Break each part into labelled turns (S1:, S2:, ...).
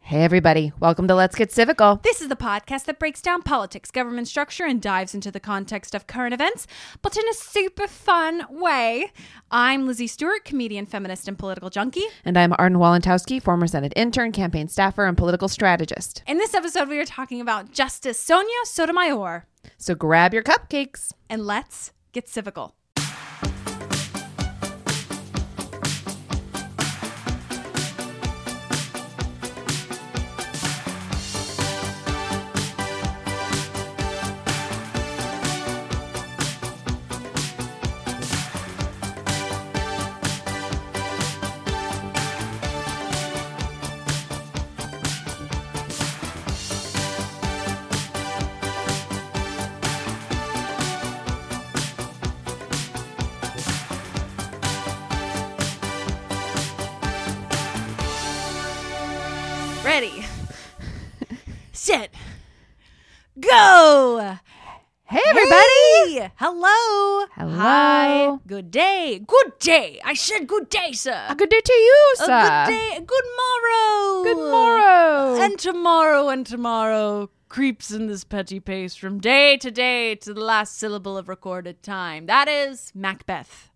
S1: Hey, everybody. Welcome to Let's Get Civical.
S2: This is the podcast that breaks down politics, government structure, and dives into the context of current events, but in a super fun way. I'm Lizzie Stewart, comedian, feminist, and political junkie.
S1: And I'm Arden Walentowski, former Senate intern, campaign staffer, and political strategist.
S2: In this episode, we are talking about Justice Sonia Sotomayor.
S1: So grab your cupcakes.
S2: And let's get civical. Ready. Shit. Go.
S1: Hey, everybody.
S2: Hey. Hello.
S1: Hello.
S2: Hi. Good day. Good day. I said good day, sir.
S1: A good day to you,
S2: A
S1: sir.
S2: good day. Good morrow.
S1: Good morrow.
S2: And tomorrow and tomorrow creeps in this petty pace from day to day to the last syllable of recorded time. That is Macbeth.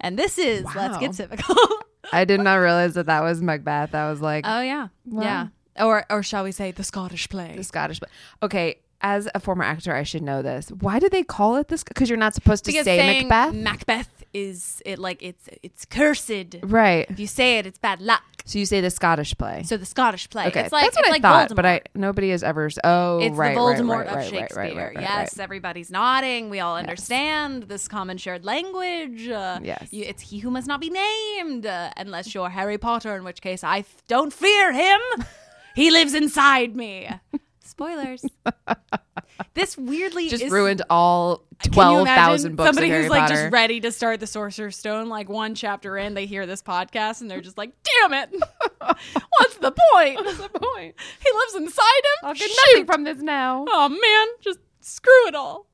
S2: And this is Let's Get Civical.
S1: I did not realize that that was Macbeth. I was like,
S2: oh yeah. Yeah. Or or shall we say the Scottish play?
S1: the Scottish. But okay, as a former actor, I should know this. Why do they call it this? Because you're not supposed to
S2: because
S1: say
S2: saying
S1: Macbeth.
S2: Macbeth is it like it's it's cursed.
S1: right.
S2: If you say it, it's bad luck.
S1: So you say the Scottish play.
S2: So the Scottish play.
S1: okay.
S2: It's like
S1: That's what
S2: it's
S1: I
S2: like
S1: thought,
S2: Voldemort.
S1: but I nobody has ever. s- Oh,
S2: It's
S1: right.
S2: the
S1: right,
S2: Voldemort
S1: right,
S2: of
S1: right, right,
S2: Shakespeare.
S1: Right, right, right,
S2: yes, everybody's nodding. We all understand this common shared language. Uh,
S1: Yes.
S2: you- it's he who must not be named, uh, unless you're Harry Potter, in which case I f- don't fear him. he lives inside me. Spoilers. this weirdly
S1: Just
S2: is,
S1: ruined all
S2: can you
S1: twelve
S2: imagine
S1: thousand books.
S2: Somebody
S1: of Harry
S2: who's like
S1: Potter.
S2: just ready to start the Sorcerer's Stone, like one chapter in, they hear this podcast and they're just like, "Damn it! What's the point? What's the point? He lives inside him.
S1: I'll get
S2: Shoot.
S1: nothing from this now.
S2: Oh man, just screw it all.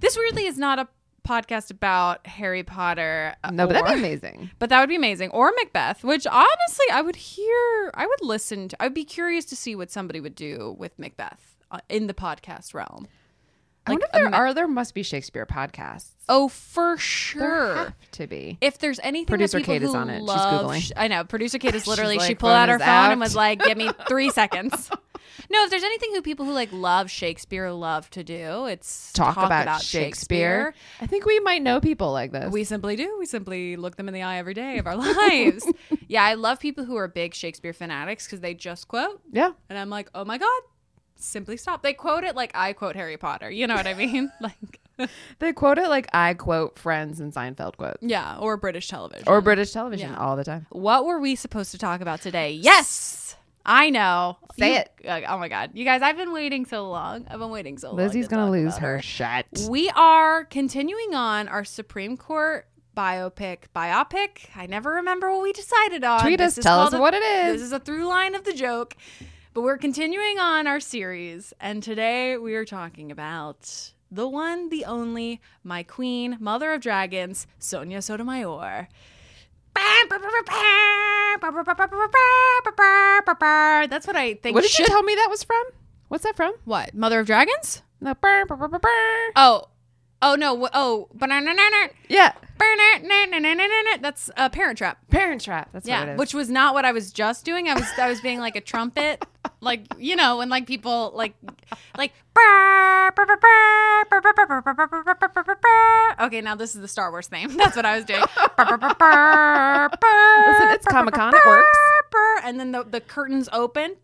S2: This weirdly is not a podcast about Harry Potter. uh,
S1: No, but that'd
S2: or-
S1: be amazing.
S2: But that would be amazing. Or Macbeth, which honestly I would hear, I would listen to, I'd be curious to see what somebody would do with Macbeth uh, in the podcast realm.
S1: I wonder if
S2: a
S1: there
S2: ma-
S1: are. There must be Shakespeare podcasts.
S2: Oh, for
S1: There
S2: sure.
S1: have to be.
S2: If there's anything that
S1: Producer
S2: people
S1: Kate is
S2: who
S1: on it. She's
S2: love-
S1: Googling.
S2: sh- I know. Producer Kate is
S1: She's
S2: literally, she
S1: like,
S2: pulled out
S1: phone
S2: her
S1: is
S2: phone and was
S1: out.
S2: like, give me three seconds. No, if there's anything who people who like love Shakespeare love to do, it's
S1: Talk, about, Shakespeare. I think we might know people like this.
S2: We simply do. We simply look them in the eye every day of our lives. yeah, I love people who are big Shakespeare fanatics because they just quote.
S1: yeah.
S2: And I'm like, oh my God, simply stop. They quote it like I quote Harry Potter. You know what I mean? like,
S1: They quote it like I quote Friends and Seinfeld quotes
S2: yeah, or British television.
S1: or British television
S2: Yeah.
S1: all the time.
S2: What were we supposed to talk about today? Yes, I know.
S1: Say
S2: You-
S1: it.
S2: like, oh my God. You guys, I've been waiting so long. I've been waiting so long.
S1: Lizzie's
S2: to
S1: gonna
S2: talk
S1: lose
S2: about
S1: her shit.
S2: We are continuing on our Supreme Court biopic biopic. I never remember what we decided on.
S1: Tweet
S2: This
S1: us,
S2: is
S1: tell us
S2: called a-
S1: what it is.
S2: This is a through line of the joke. But we're continuing on our series, and today we are talking about the one, the only, my queen, mother of dragons, Sonia Sotomayor. That's what I think.
S1: What did
S2: should-
S1: you tell me that was from? What's that from?
S2: What? Mother of Dragons?
S1: No. burr, burr, burr, burr, burr.
S2: Oh. Oh, no. wh- Oh. Banana.
S1: Yeah.
S2: That's a Parent Trap.
S1: Parent Trap. That's what it
S2: Yeah,
S1: is.
S2: which was not what I was just doing. I was I was being like a trumpet, like you know when like people like like. Okay, now this is the Star Wars theme. That's what I was doing.
S1: Listen, it's Comic Con. It works.
S2: And then the, the curtains open.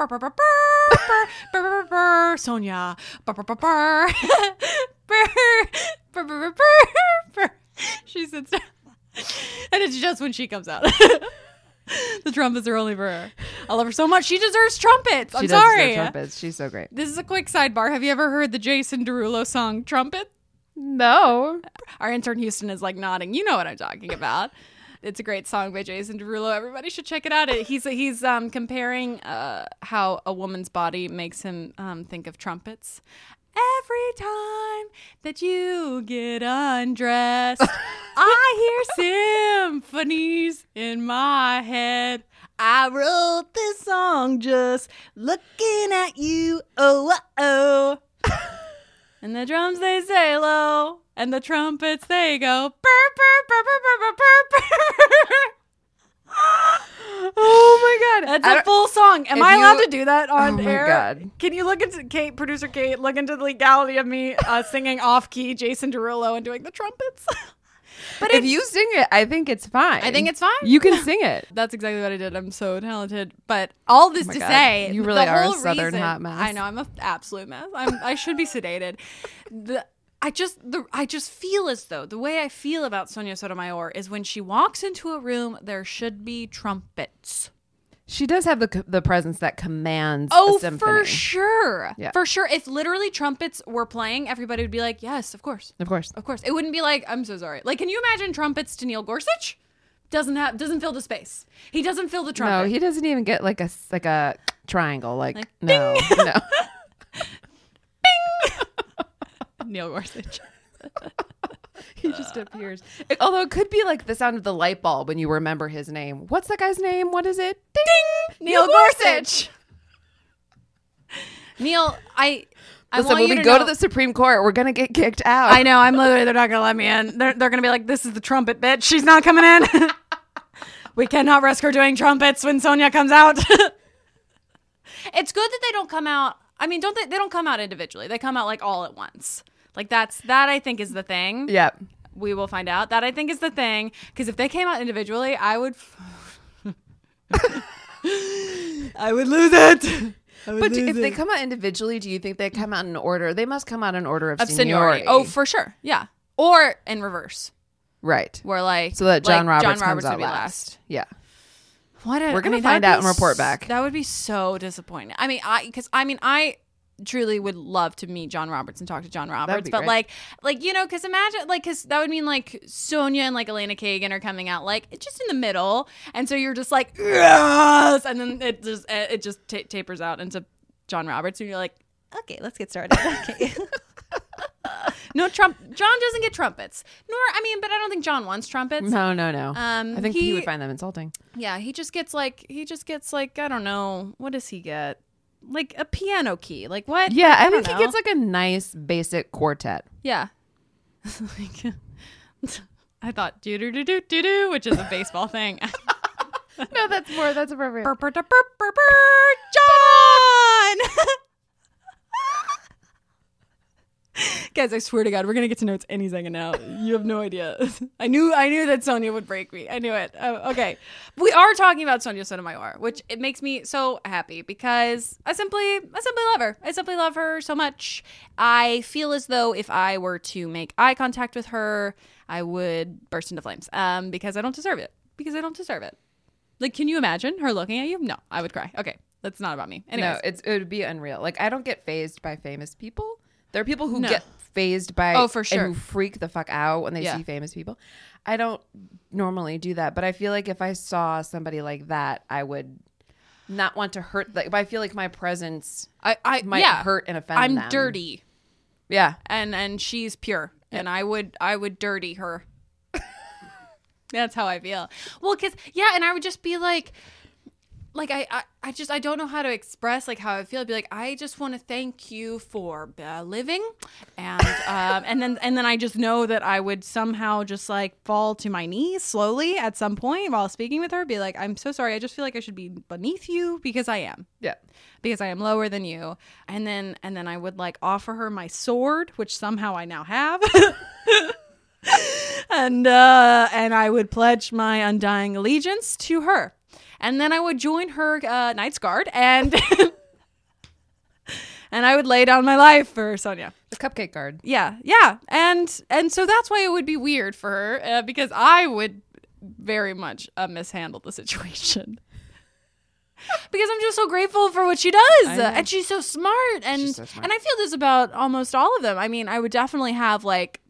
S2: Sonia. She sits down. And it's just when she comes out. the trumpets are only for her. I love her so much. She deserves trumpets. I'm
S1: she does
S2: sorry.
S1: deserve trumpets. She's so great.
S2: This is a quick sidebar. Have you ever heard the Jason Derulo song "Trumpet"?
S1: No.
S2: Our intern Houston is like nodding. You know what I'm talking about. It's a great song by Jason Derulo. Everybody should check it out. It- He's he's um, comparing uh, how a woman's body makes him um, think of trumpets. Every time that you get undressed, I hear symphonies in my head. I wrote this song just looking at you. Oh, uh, oh. And the drums they say low, and the trumpets they go burr, burr, burr, burr, burr, burr, burr.
S1: Oh my god. I
S2: That's a
S1: don't-
S2: full song. Am
S1: If
S2: I allowed
S1: you-
S2: to do that on
S1: Oh my
S2: air?
S1: God.
S2: Can you look into Kate, producer Kate, look into the legality of me uh, singing off key Jason Derulo and doing the trumpets? but
S1: if you sing it, I think it's fine.
S2: I think it's fine.
S1: You can sing it.
S2: That's exactly what I did. I'm so talented. But all this
S1: Oh my
S2: to
S1: God.
S2: say,
S1: You really
S2: the
S1: are a
S2: whole
S1: southern
S2: reason-
S1: hot mess.
S2: I know I'm an absolute mess. I'm, I should be sedated. The, I just the I just feel as though the way I feel about Sonia Sotomayor is when she walks into a room, there should be trumpets.
S1: She does have the c- the presence that commands.
S2: Oh,
S1: a symphony.
S2: for sure,
S1: Yeah.
S2: for sure. If literally trumpets were playing, everybody would be like, "Yes, of course,
S1: Of course.
S2: of course." It wouldn't be like, "I'm so sorry." Like, can you imagine trumpets to Neil Gorsuch? Doesn't have doesn't fill the space. He doesn't fill the trumpet.
S1: No, he doesn't even get like a s- like a triangle. Like, no, no.
S2: Neil Gorsuch.
S1: He just appears. Although it could be like the sound of the light bulb when you remember his name. What's that guy's name? What is it? Ding.
S2: Neil Gorsuch. Neil, I I
S1: Listen,
S2: want
S1: when
S2: you
S1: we
S2: to
S1: go
S2: know-
S1: to the Supreme Court, we're gonna get kicked out.
S2: I know. I'm literally. They're not gonna let me in. They're they're gonna be like, "This is the trumpet, bitch. She's not coming in. we cannot risk her doing trumpets when Sonia comes out." it's good that they don't come out. I mean, don't they? They don't come out individually. They come out like all at once. Like that's that. I think is the thing.
S1: Yeah.
S2: We will find out. That I think is the thing. Because if they came out individually, I would. I would lose it.
S1: But do- if they come out individually, do you think they come out in order? They must come out in order of,
S2: Of seniority. Oh, for sure. Yeah. Or in reverse,
S1: right.
S2: where like
S1: So that John
S2: like,
S1: Roberts
S2: John
S1: comes
S2: Roberts would
S1: out
S2: be
S1: last.
S2: last.
S1: Yeah.
S2: What a,
S1: We're gonna
S2: I that
S1: find
S2: would
S1: out and
S2: be
S1: report
S2: s-
S1: back.
S2: That would be so disappointing. I mean, I because I mean I truly would love to meet John Roberts and talk to John Roberts,
S1: be
S2: but
S1: great.
S2: like, like you know, because imagine like because that would mean like Sonia and like Elena Kagan are coming out like just in the middle, and so you're just like yes, and then it just eh, it just ta tapers out into John Roberts, and you're like, okay, let's get started. Okay. No Trump. John doesn't get trumpets. Nor I mean, but I don't think John wants trumpets.
S1: No, no, no.
S2: Um,
S1: I think he,
S2: he-
S1: would find them insulting.
S2: Yeah, he just gets like he just gets like I don't know what does he get like a piano key like what
S1: Yeah, I,
S2: don't
S1: think he
S2: know.
S1: gets like a nice basic quartet.
S2: yeah. Like, I thought doo doo doo doo doo doo, which is a baseball thing.
S1: No, that's more. That's appropriate.
S2: Burr, burr, da, burr, burr, burr, John. Guys, I swear to God, we're gonna get to notes any second now. You have no idea. I knew, I knew that Sonia would break me. I knew it. Oh, okay, we are talking about Sonia Sotomayor, which it makes me so happy because I simply, I simply love her. I simply love her so much. I feel as though if I were to make eye contact with her, I would burst into flames. Um, because I don't deserve it. Because I don't deserve it. Like, can you imagine her looking at you? No, I would cry. Okay, that's not about me. Anyways,
S1: No, it's it would be unreal. Like I don't get phased by famous people. There are people who
S2: No.
S1: get phased by
S2: Oh, for
S1: and
S2: sure.
S1: who freak the fuck out when they
S2: Yeah.
S1: see famous people. I don't normally do that, but I feel like if I saw somebody like that, I would not want to hurt. Like, if I feel like my presence
S2: I, I
S1: might
S2: yeah,
S1: hurt and offend
S2: I'm
S1: them.
S2: dirty,
S1: Yeah,
S2: and and she's pure, and I would I would dirty her. That's how I feel. Well, cause yeah, and I would just be like, like I, I I just I don't know how to express like how I feel. I'd be like, I just want to thank you for uh, living, and um and then and then I just know that I would somehow just like fall to my knees slowly at some point while speaking with her. Be like, I'm so sorry. I just feel like I should be beneath you because I am
S1: yeah.
S2: because I am lower than you. And then and then I would like offer her my sword, which somehow I now have. and uh and I would pledge my undying allegiance to her. And then I would join her uh, knight's guard and and I would lay down my life for Sonia.
S1: The cupcake guard.
S2: Yeah, yeah, and and so that's why it would be weird for her uh, because I would very much uh, mishandled the situation. because I'm just so grateful for what she does,
S1: know.
S2: and she's so smart, and
S1: She's so smart.
S2: and I feel this about almost all of them. I mean, I would definitely have like,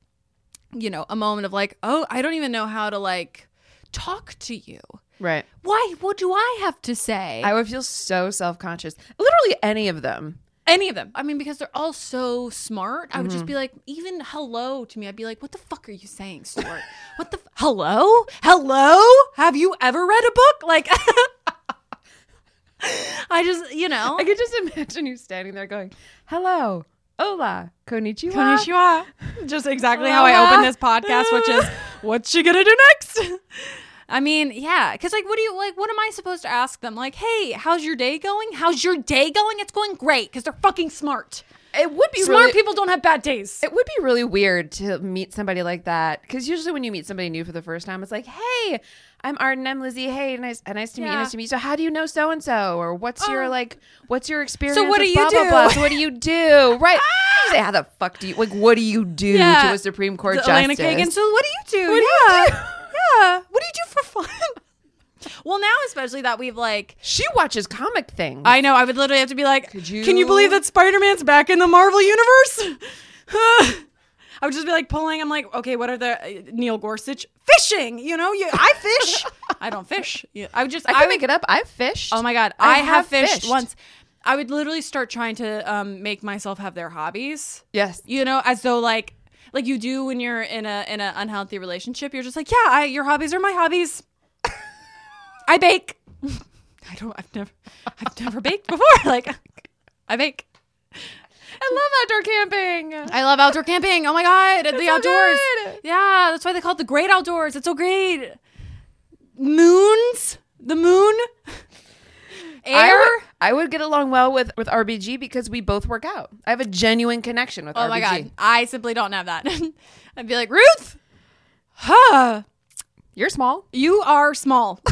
S2: you know, a moment of like, oh, I don't even know how to like talk to you.
S1: Right.
S2: Why? What do I have to say?
S1: I would feel so self conscious. Literally any of them.
S2: Any of them. I mean, because they're all so smart. I would
S1: Mm-hmm.
S2: just be like, even hello to me. I'd be like, what the fuck are you saying, Stuart? what the f- hello? Hello? Have you ever read a book? Like, I just, you know.
S1: I could just imagine you standing there going, hello, hola, konnichiwa.
S2: Konnichiwa. Just exactly how I open this podcast, which is what's she gonna do next? I mean, yeah, because like, what do you like? What am I supposed to ask them? Like, hey, how's your day going? How's your day going? It's going great because they're fucking smart.
S1: It would be
S2: Smart
S1: really-
S2: people don't have bad days.
S1: It would be really weird to meet somebody like that because usually when you meet somebody new for the first time, it's like, "Hey, I'm Arden. I'm Lizzie. Hey, nice, uh, nice to meet you.
S2: Yeah.
S1: Nice to meet you. So, how do you know so and so? Or what's your
S2: Oh.
S1: like? What's your experience?
S2: what do
S1: with
S2: you
S1: blah, Blah,
S2: do? Ah.
S1: blah. So what do you do? Right? You Say, how the fuck do you like? What do you do
S2: Yeah.
S1: to a Supreme Court
S2: The Elena
S1: justice?
S2: Kagan. So what do you do? yeah.
S1: What do you
S2: yeah. What do you do for fun? well, now especially that we've like.
S1: she watches comic things.
S2: I know. I would literally have to be like,
S1: Could
S2: "Can you
S1: you-
S2: believe that Spider Man's back in the Marvel universe?" I would just be like pulling. I'm like, okay, what are the uh, Neil Gorsuch fishing? You know, you, I fish. I don't fish. Yeah, I would just.
S1: I can
S2: would-
S1: make it up. I've fished.
S2: Oh my god, I,
S1: I
S2: have,
S1: have
S2: fished,
S1: fished.
S2: once. I would literally start trying to um, make myself have their hobbies.
S1: Yes.
S2: You know, as though like like you do when you're in a in an unhealthy relationship, you're just like, yeah, I, your hobbies are my hobbies. I bake. I don't. I've never. I've never baked before. Like, I bake.
S1: I love outdoor camping.
S2: I love outdoor camping. Oh my god, the
S1: so
S2: outdoors.
S1: good.
S2: Yeah, that's why they call it the great outdoors. It's so great. Moons, the moon,
S1: I
S2: air.
S1: would, I would get along well with with RBG because we both work out. I have a genuine connection with RBG.
S2: Oh my god, I simply don't have that. I'd be like, Ruth, huh?
S1: You're small.
S2: You are small. Uh,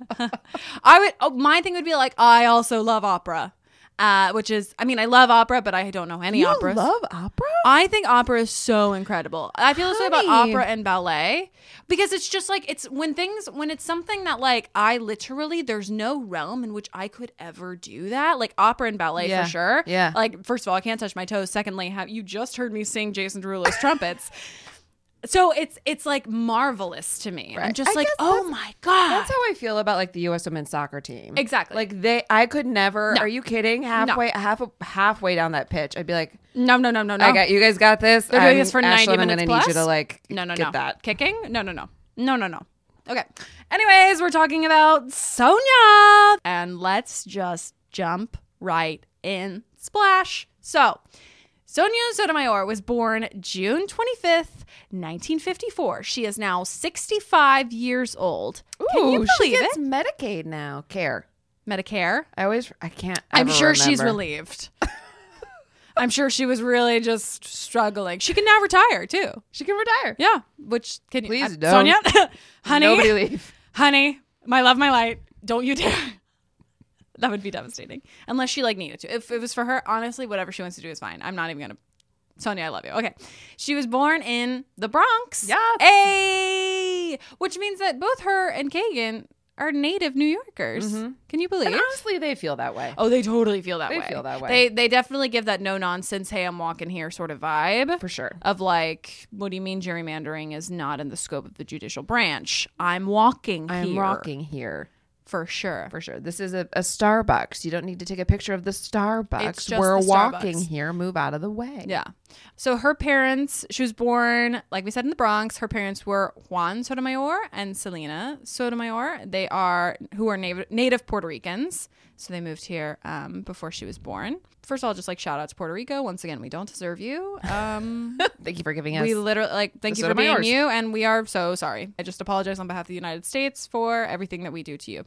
S2: I would. Oh, my thing would be like, I also love opera, uh, which is, I mean, I love opera, but I don't know any
S1: You
S2: operas.
S1: love opera?
S2: I think opera is so incredible. I feel this way about
S1: Honey.
S2: opera and ballet because it's just like it's when things when it's something that like I literally there's no realm in which I could ever do that. Like opera and ballet
S1: Yeah.
S2: for sure.
S1: Yeah.
S2: Like first of all, I can't touch my toes. Secondly, how you just heard me sing Jason Derulo's trumpets. So it's it's like marvelous to me. I'm
S1: Right.
S2: just
S1: I
S2: like,
S1: guess
S2: oh
S1: that's-
S2: my god.
S1: That's how I feel about like the U.S. women's soccer team.
S2: Exactly.
S1: Like they, I could never.
S2: No.
S1: Are you kidding? Halfway, half halfway down that pitch, I'd be like,
S2: no, no, no, no, no.
S1: I got you guys. Got this.
S2: They're doing this for 90
S1: Ashlyn,
S2: minutes
S1: I'm gonna need you
S2: plus?
S1: to like
S2: No, no,
S1: get
S2: no.
S1: that.
S2: Kicking? No, no, no. No, no, no. Okay. Anyways, we're talking about Sonia. And let's just jump right in. Splash. So, Sonia Sotomayor was born June 25th, 1954. She is now 65 years old. Can you
S1: Ooh,
S2: believe
S1: she gets
S2: it?
S1: Medicaid now. Care.
S2: Medicare.
S1: I always. I can't.
S2: I'm
S1: ever
S2: sure she's
S1: remember.
S2: relieved. I'm sure she was really just struggling. She can now retire too.
S1: She can retire.
S2: Yeah, which can you,
S1: Please
S2: uh,
S1: don't.
S2: Sonia, honey,
S1: Nobody leave.
S2: honey, my love, my light, don't you dare. that would be devastating, unless she like needed to. If it was for her, honestly, whatever she wants to do is fine. I'm not even gonna. Sonia, I love you. Okay, she was born in the Bronx.
S1: Yes.
S2: Hey, which means that both her and Kagan are native New Yorkers. Can you believe?
S1: And honestly, they feel that way.
S2: Oh, they totally feel that
S1: Mm-hmm. They
S2: way.
S1: feel that way.
S2: They they definitely give that no nonsense, hey, I'm walking here sort of vibe
S1: for sure.
S2: of like, what do you mean gerrymandering is not in the scope of the judicial branch? I'm walking.
S1: I'm
S2: here
S1: rocking here
S2: for sure.
S1: for sure. This is a, a Starbucks. You don't need to take a picture of the Starbucks.
S2: It's just
S1: We're
S2: the
S1: walking
S2: Starbucks.
S1: here. Move out of the way.
S2: Yeah. So her parents, she was born, like we said, in the Bronx. Her parents were Juan Sotomayor and Selena Sotomayor. They are, who are native, native Puerto Ricans. So they moved here um, before she was born. First of all, just like shout out to Puerto Rico. Once again, we don't deserve you. Um,
S1: Thank you for giving us.
S2: We literally like thank
S1: The
S2: you for being
S1: Sotomayor's.
S2: you, and we are so sorry. I just apologize on behalf of the United States for everything that we do to you.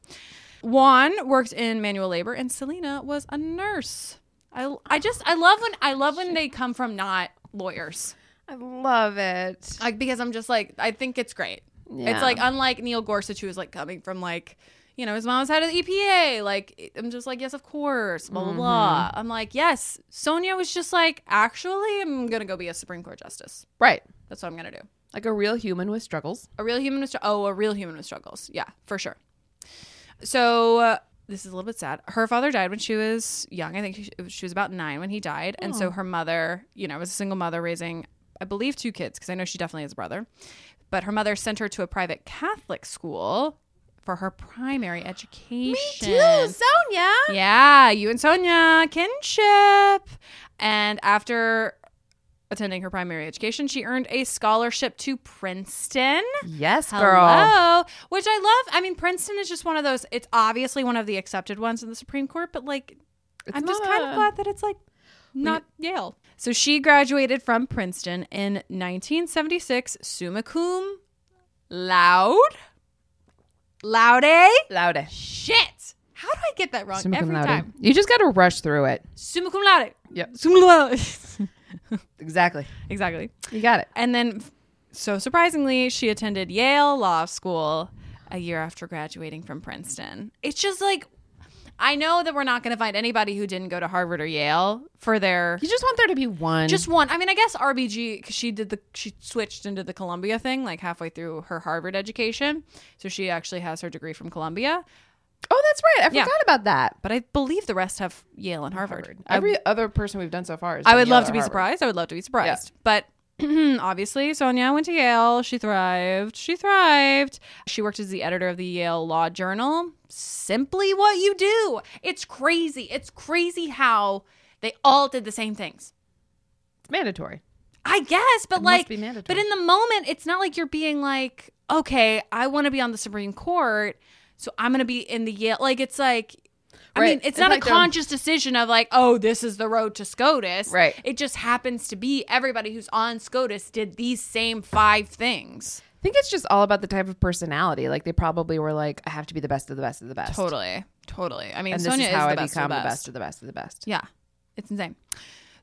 S2: Juan worked in manual labor, and Selena was a nurse. I I just I love when I love when they come from not lawyers,
S1: I love it.
S2: like because I'm just like I think it's great.
S1: Yeah.
S2: It's like unlike Neil Gorsuch, who is like coming from like. You know, his mom was head of the EPA. Like, I'm just like, yes, of course, blah, blah, blah. I'm like, yes. Sonia was just like, actually, I'm going to go be a Supreme Court justice.
S1: Right.
S2: That's what I'm gonna do.
S1: Like a real human with struggles.
S2: A real human with str- oh, a real human with struggles. Yeah, for sure. So uh, this is a little bit sad. Her father died when she was young. I think she, she was about nine when he died, and so her mother, you know, was a single mother raising, I believe, two kids because I know she definitely has a brother. But her mother sent her to a private Catholic school for her primary education.
S1: Sonia.
S2: Yeah, you and Sonia kinship. And after attending her primary education, she earned a scholarship to Princeton.
S1: Yes, girl.
S2: Hello, which I love. I mean, Princeton is just one of those. It's obviously one of the accepted ones in the Supreme Court, but like, I'm just kind of
S1: not.
S2: glad that it's like not Yale. So she graduated from Princeton in 1976, summa cum loud, laude.
S1: Loudish.
S2: Shit. How do I get that wrong
S1: Summa cum
S2: every
S1: laude.
S2: time?
S1: You just got to rush through it.
S2: Summa cum laude.
S1: Yep.
S2: Summa cum laude.
S1: Exactly.
S2: exactly.
S1: You got it.
S2: And then, so surprisingly, she attended Yale Law School a year after graduating from Princeton. It's just like, I know that we're not going to find anybody who didn't go to Harvard or Yale for their
S1: You just want there to be one.
S2: just one. I mean, I guess RBG because she did the she switched into the Columbia thing like halfway through her Harvard education, so she actually has her degree from Columbia.
S1: oh, that's right. I
S2: Yeah.
S1: forgot about that.
S2: But I believe the rest have Yale and Harvard. I-
S1: Every other person we've done so far is.
S2: I
S1: from
S2: would
S1: Yale
S2: love
S1: or
S2: to be
S1: Harvard.
S2: surprised. I would love to be surprised. But obviously, Sonia went to Yale. She thrived. She thrived. She worked as the editor of the Yale Law Journal. Simply what you do. It's crazy. It's crazy how they all did the same things.
S1: It's mandatory.
S2: I guess, but
S1: It must
S2: like,
S1: be mandatory.
S2: but in the moment, it's not like you're being like, okay, I want to be on the Supreme Court, so I'm going to be in the Yale. Like, it's like, I
S1: Right.
S2: mean, it's,
S1: It's
S2: not
S1: like
S2: a
S1: they're-
S2: conscious decision of like, oh, this is the road to SCOTUS.
S1: Right.
S2: It just happens to be everybody who's on SCOTUS did these same five things.
S1: I think it's just all about the type of personality. Like they probably were like, I have to be the best of the best of the best.
S2: Totally, totally. I mean,
S1: And this
S2: Sonia
S1: is how
S2: the
S1: I
S2: best of
S1: become
S2: the
S1: the
S2: best.
S1: best of the best of the best.
S2: Yeah, it's insane.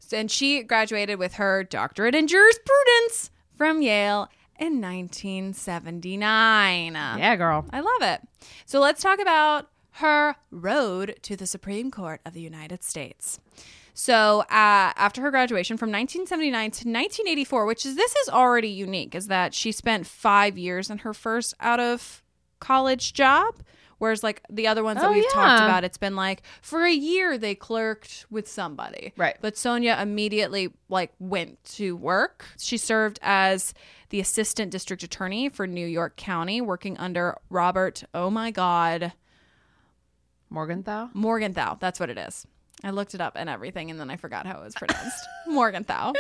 S2: So- And she graduated with her doctorate in jurisprudence from Yale in 1979.
S1: Yeah, girl.
S2: I love it. So let's talk about her road to the Supreme Court of the United States. So uh, after her graduation from 1979 to 1984, which is this is already unique, is that she spent five years in her first out of college job. Whereas like the other ones that
S1: Oh,
S2: we've talked
S1: yeah.
S2: about, it's been like for a year they clerked with somebody.
S1: Right.
S2: But Sonia immediately like went to work. She served as the assistant district attorney for New York County, working under Robert, oh my God,
S1: Morgenthau.
S2: Morgenthau. That's what it is. I looked it up and everything, and then I forgot how it was pronounced. Morgenthau.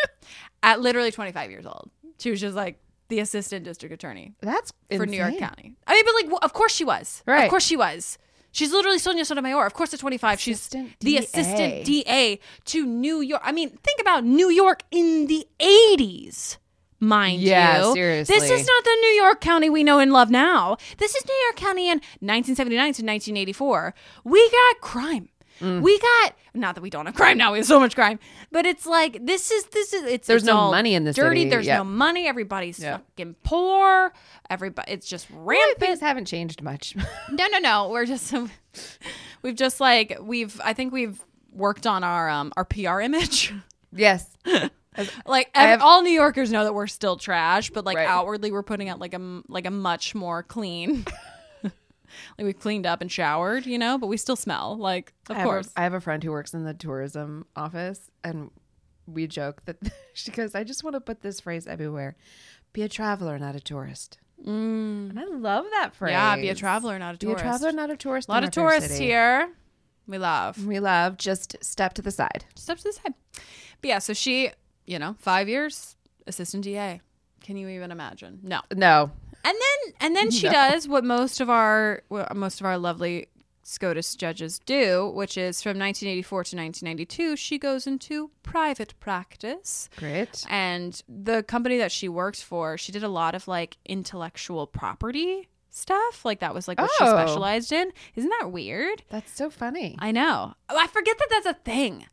S2: At literally 25 years old. She was just like the assistant district attorney
S1: That's
S2: for New York
S1: insane.
S2: County. I mean, but like, w- of course she was. Of
S1: Right.
S2: course she was. She's literally Sonia Sotomayor. Of course, at 25, she's
S1: Assistant
S2: the
S1: DA.
S2: assistant DA to New York. I mean, think about New York in the 80s, mind
S1: Yeah,
S2: you. This
S1: seriously.
S2: is not the New York County we know and love now. This is New York County in 1979 to 1984. We got crime.
S1: Mm.
S2: We got not that we don't have crime now. We have so much crime, but it's like this is this is it's
S1: There's
S2: it's
S1: no
S2: all
S1: money in the
S2: dirty.
S1: city.
S2: There's
S1: Yeah.
S2: no money. Everybody's
S1: Yeah.
S2: fucking poor. Everybody, it's just rampant.
S1: Things haven't changed much.
S2: No, no, no. We're just we've just like we've. I think we've worked on our um our PR image.
S1: yes.
S2: like ev-
S1: have-
S2: all New Yorkers know that we're still trash, but like
S1: Right.
S2: outwardly we're putting out like a m- like a much more clean. like we've cleaned up and showered, you know, but we still smell. Like of
S1: I have a-
S2: course.
S1: I have a friend who works in the tourism office, and we joke that she goes, I just want to put this phrase everywhere be a traveler, not a tourist. Mm. And I love that phrase.
S2: Yeah, be a traveler, not a
S1: Be a
S2: tourist.
S1: traveler, not a tourist.
S2: a lot
S1: in
S2: of
S1: our fair
S2: tourists
S1: city.
S2: here. We love.
S1: We love, just step to the side.
S2: step to the side. But yeah, so she, you know, five years assistant DA. Can you even imagine? No.
S1: No.
S2: And then and then she does what most of our what most of our lovely SCOTUS judges do, which is from 1984 to 1992, she goes into private practice.
S1: Great.
S2: And the company that she works for, she did a lot of like intellectual property stuff. Like that was like what she
S1: Oh.
S2: specialized in. Isn't that weird?
S1: That's so funny.
S2: I know. Oh, I forget that that's a thing.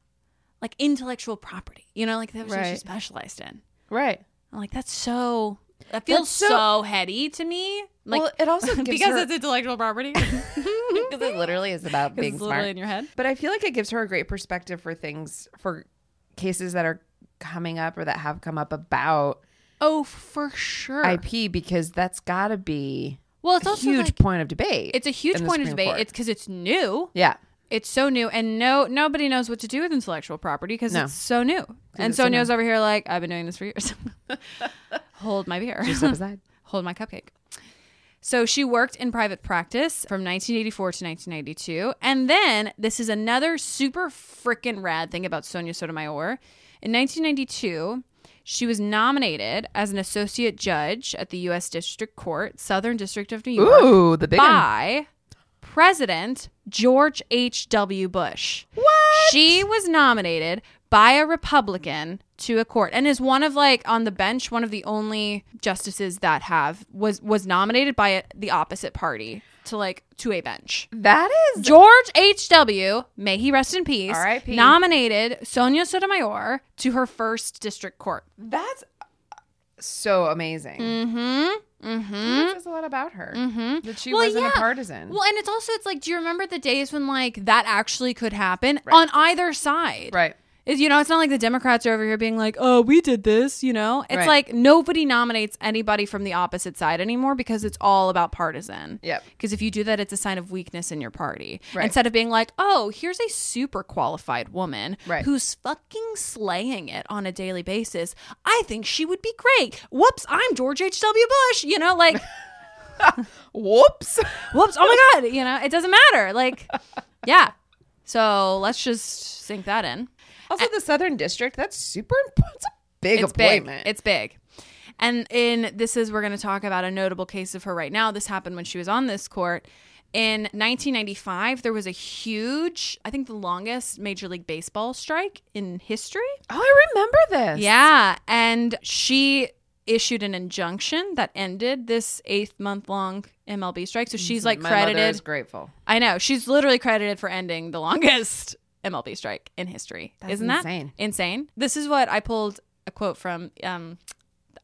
S2: Like intellectual property, you know, like that was what she
S1: Right.
S2: specialized in.
S1: right.
S2: I'm like, that's so. That feels
S1: That's so-
S2: so, heady to me. Like,
S1: well, it also gives
S2: because
S1: her,
S2: it's intellectual property.
S1: because it literally is about
S2: Because
S1: being
S2: it's literally
S1: smart.
S2: in your head.
S1: But I feel like it gives her a great perspective for things for cases that are coming up or that have come up about
S2: Oh, for sure.
S1: IP because that's got to be
S2: well, it's
S1: a
S2: also
S1: huge
S2: like-
S1: point of debate.
S2: It's a huge
S1: in the
S2: point of
S1: Supreme
S2: debate.
S1: Court.
S2: It's because it's new.
S1: yeah,
S2: It's so new, and no, nobody knows what to do with intellectual property because
S1: No.
S2: it's so new. And
S1: it's so
S2: Sonia's over here like, I've been doing this for years. Hold my beer.
S1: Just step aside.
S2: Hold my cupcake. So she worked in private practice from 1984 to 1992. And then this is another super freaking rad thing about Sonia Sotomayor. In 1992, she was nominated as an associate judge at the U.S. District Court, Southern District of New York,
S1: Ooh, the big one.
S2: by President George H.W. Bush. What? She was nominated by a Republican to a court and is one of like on the bench one of the only justices that have was was nominated by a, the opposite party to like to a bench.
S1: That is
S2: George H.W., may he rest in peace,
S1: R.I.P..
S2: nominated Sonia Sotomayor to her first district court.
S1: that's so amazing.
S2: Mm-hmm. Mm-hmm.
S1: That says a lot about her
S2: Mm-hmm.
S1: that she
S2: Well,
S1: wasn't
S2: yeah.
S1: a partisan.
S2: Well, and it's also it's like, do you remember the days when like that actually could happen on either side?
S1: right.
S2: Is you know, it's not like the Democrats are over here being like, "Oh, we did this," you know? It's
S1: Right.
S2: like nobody nominates anybody from the opposite side anymore because it's all about partisan.
S1: Yep.
S2: Because if you do that, it's a sign of weakness in your party.
S1: Right.
S2: Instead of being like, "Oh, here's a super qualified woman
S1: Right.
S2: who's fucking slaying it on a daily basis. I think she would be great." Whoops, I'm George H.W. Bush, you know, like
S1: Whoops.
S2: whoops oh my god you know it doesn't matter like yeah so let's just sink that in
S1: Also, the Southern District. That's super. imp- It's a big
S2: it's big
S1: appointment.
S2: it's big and in this is we're going to talk about a notable case of her right now this happened when she was on this court in 1995 there was a huge i think the longest major league baseball strike in history
S1: oh, I remember this.
S2: yeah and she issued an injunction that ended this eighth month long mlb strike so she's like
S1: My
S2: credited
S1: mother is grateful.
S2: I know. She's literally credited for ending the longest MLB strike in history.
S1: That's
S2: Isn't
S1: insane.
S2: that insane? This is what I pulled a quote from um,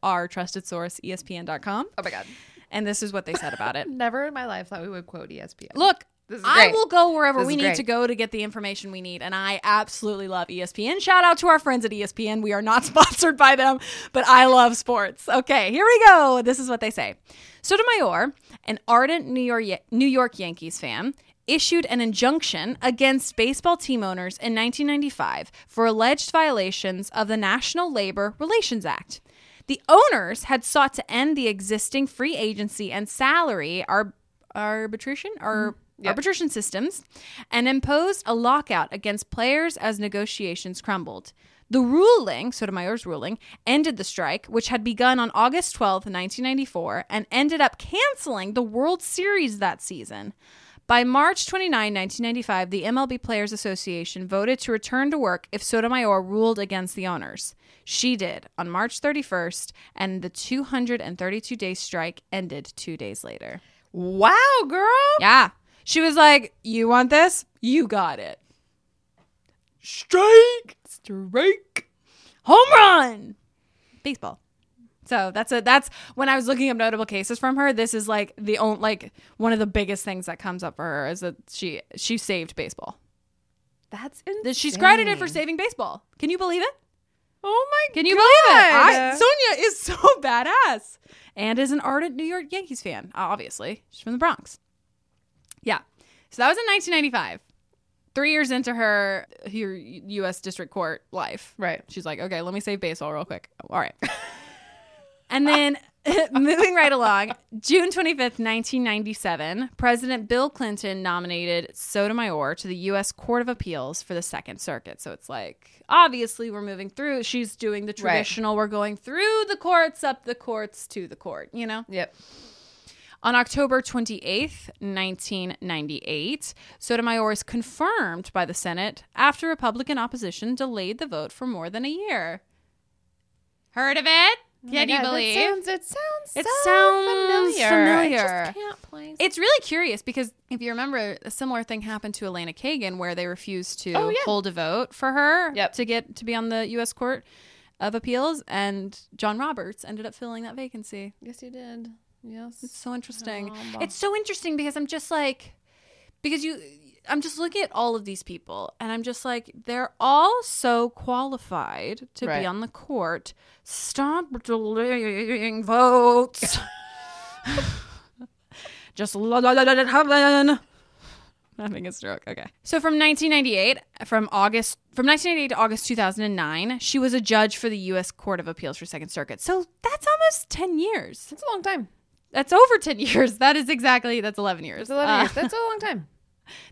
S2: our trusted source, E ESPN.com.
S1: Oh my god.
S2: And this is what they said about it.
S1: Never in my life thought we would quote E ESPN.
S2: Look,
S1: This is
S2: I
S1: great.
S2: will go wherever
S1: This
S2: we
S1: is
S2: need
S1: great.
S2: to go to get the information we need. And I absolutely love E ESPN. Shout out to our friends at E ESPN. We are not sponsored by them, but I love sports. Okay, here we go. This is what they say Sotomayor, an ardent New York, New York Yankees fan, issued an injunction against baseball team owners in 1995 for alleged violations of the National Labor Relations Act. The owners had sought to end the existing free agency and salary ar- arbitration or arbitration systems and imposed a lockout against players as negotiations crumbled. The ruling, Sotomayor's ruling, ended the strike, which had begun on August 12, 1994, and ended up canceling the World Series that season. By March 29, 1995, the MLB Players Association voted to return to work if Sotomayor ruled against the owners. She did on March 31st, and the 232 day strike ended two days later.
S1: Wow, girl.
S2: Yeah. She was like, You want this? You got it.
S1: Strike.
S2: Strike. Home run. Baseball. So that's a that's when I was looking up notable cases from her. This is like the only like one of the biggest things that comes up for her is that she she saved baseball.
S1: That's insane.
S2: That She's credited for saving baseball. Can you believe it?
S1: Oh my
S2: Can you believe it? I,
S1: God.
S2: Sonia is so badass and is an ardent New York Yankees fan, uh, obviously. She's from the Bronx. Yeah. So that was in 1995. Three years into her, her U.S. District Court life.
S1: Right.
S2: She's like, okay, let me save baseball real quick. All right. and then moving right along, June 25th, 1997, President Bill Clinton nominated Sotomayor to the U.S. Court of Appeals for the Second Circuit. So it's like, obviously, we're moving through. She's doing the traditional, we're going through the courts, up the courts, to the court, you know?
S1: Yep.
S2: On October 28th, 1998, Sotomayor is confirmed by the Senate after Republican opposition delayed the vote for more than a year. Heard of
S1: Oh
S2: it? Can you believe?
S1: It sounds. It sounds.
S2: It
S1: so
S2: sounds
S1: familiar. I
S2: familiar.
S1: just can't place.
S2: it's really curious because if you remember, a similar thing happened to Elena Kagan where they refused to
S1: Oh, yeah.
S2: hold a vote for her
S1: Yep.
S2: to get to be on the U.S. Court of Appeals, and John Roberts ended up filling that vacancy.
S1: yes, you did. Yes.
S2: It's so interesting.
S1: Oh,
S2: It's so interesting because I'm just like because you I'm just looking at all of these people and I'm just like, they're all so qualified to
S1: Right.
S2: be on the court. Stop delaying votes. just let it happen. Having a stroke. Okay. So from 1998, from August, from 1998 to August 2009, she was a judge for the U.S. Court of Appeals for Second Circuit. So that's almost 10 years.
S1: That's a long time.
S2: That's over 10 years. That is exactly, that's 11 years.
S1: That's 11
S2: Uh,
S1: years. That's a long time.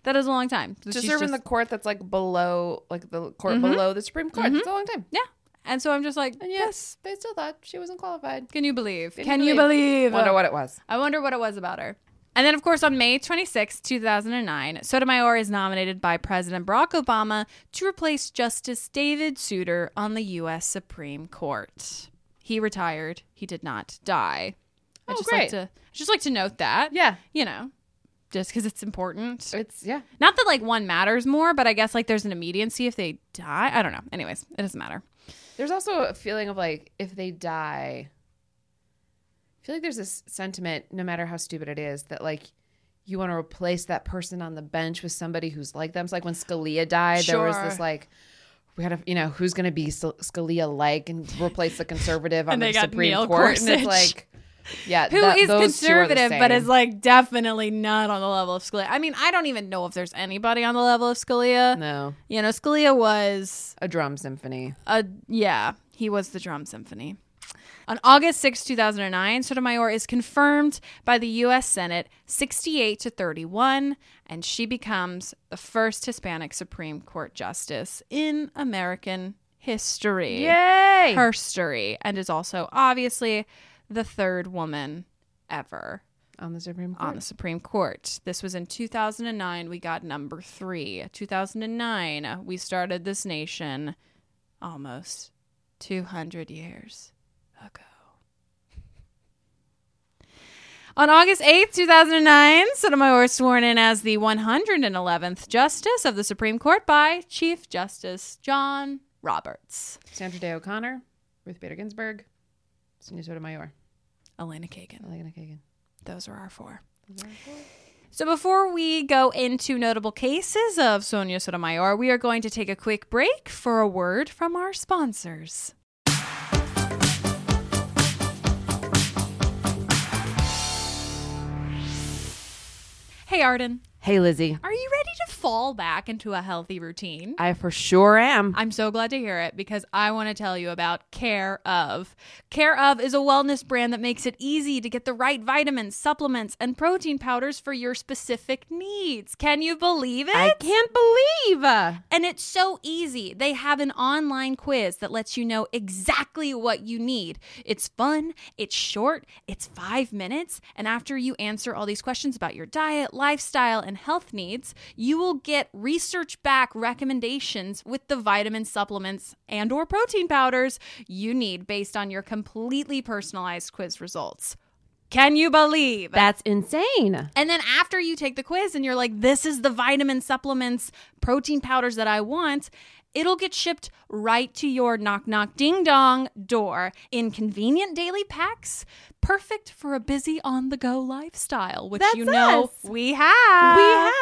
S2: that is a long time.
S1: To
S2: She's
S1: serve in the court that's like below, like the court below the Supreme Court. That's a long time.
S2: Yeah. And so I'm just like,
S1: And Mm-hmm. yes, they still thought she wasn't qualified.
S2: can you believe?
S1: Can
S2: Can
S1: you
S2: you believe?
S1: Wonder what it was.
S2: I wonder what it was about her. And then, of course, on May 26, 2009, Sotomayor is nominated by President Barack Obama to replace Justice David Souter on the U.S. Supreme Court. He retired. He did not die. I
S1: Oh,
S2: just
S1: great.
S2: like to I just like to note that.
S1: Yeah.
S2: You know, just because it's important.
S1: It's, yeah.
S2: Not that like one matters more, but I guess like there's an immediacy if they die. I don't know. Anyways, it doesn't matter.
S1: There's also a feeling of like if they die, I feel like there's this sentiment, no matter how stupid it is, that like you want to replace that person on the bench with somebody who's like them. It's like when Scalia died, there was this
S2: Sure.
S1: like, we gotta, you know, who's gonna be Sc- Scalia like and replace the conservative on
S2: And
S1: the
S2: they got
S1: Supreme
S2: Neil
S1: Court, and it's
S2: Gorsuch.
S1: like, yeah,
S2: Who
S1: that-
S2: is
S1: those two are the
S2: conservative but
S1: same.
S2: is like definitely not on the level of Scalia. I mean, I don't even know if there's anybody on the level of Scalia.
S1: no,
S2: You know, Scalia was
S1: a drum symphony.
S2: a Uh, yeah, he was the drum symphony. On August 6, 2009, Sotomayor is confirmed by the US Senate 68 to 31 and she becomes the first Hispanic Supreme Court justice in American history
S1: Yay!
S2: her story and is also obviously the third woman ever
S1: on the Supreme Court.
S2: on the Supreme Court. This was in 2009. We got number three. 2009, we started this nation almost 200 years ago. On August 8th, 2009, Sotomayor was sworn in as the 111th Justice of the Supreme Court by Chief Justice John Roberts.
S1: Sandra Day O'Connor, Ruth Bader Ginsburg, Sonia Sotomayor,
S2: Elena Kagan.
S1: Elena Kagan.
S2: Those are our four. So before we go into notable cases of Sonia Sotomayor, we are going to take a quick break for a word from our sponsors. Hey Arden,
S1: Hey, Lizzie.
S2: are you ready to fall back into a healthy routine?
S1: I for sure am.
S2: I'm so glad to hear it because I want to tell you about Care of. Care of is a wellness brand that makes it easy to get the right vitamins, supplements, and protein powders for your specific needs. Can you believe it?
S1: can't believe. uh,
S2: And it's so easy. They have an online quiz that lets you know exactly what you need. It's fun, it's short, it's five minutes. And after you answer all these questions about your diet, lifestyle, and health needs, you will get research back recommendations with the vitamin supplements and or protein powders you need based on your completely personalized quiz results. Can you believe?
S1: That's insane.
S2: And then after you take the quiz and you're like, this is the vitamin supplements, protein powders that I want, it'll get shipped right to your knock knock ding dong door in convenient daily packs, perfect for a busy on the go lifestyle, which
S1: That's
S2: you know
S1: us.
S2: we have.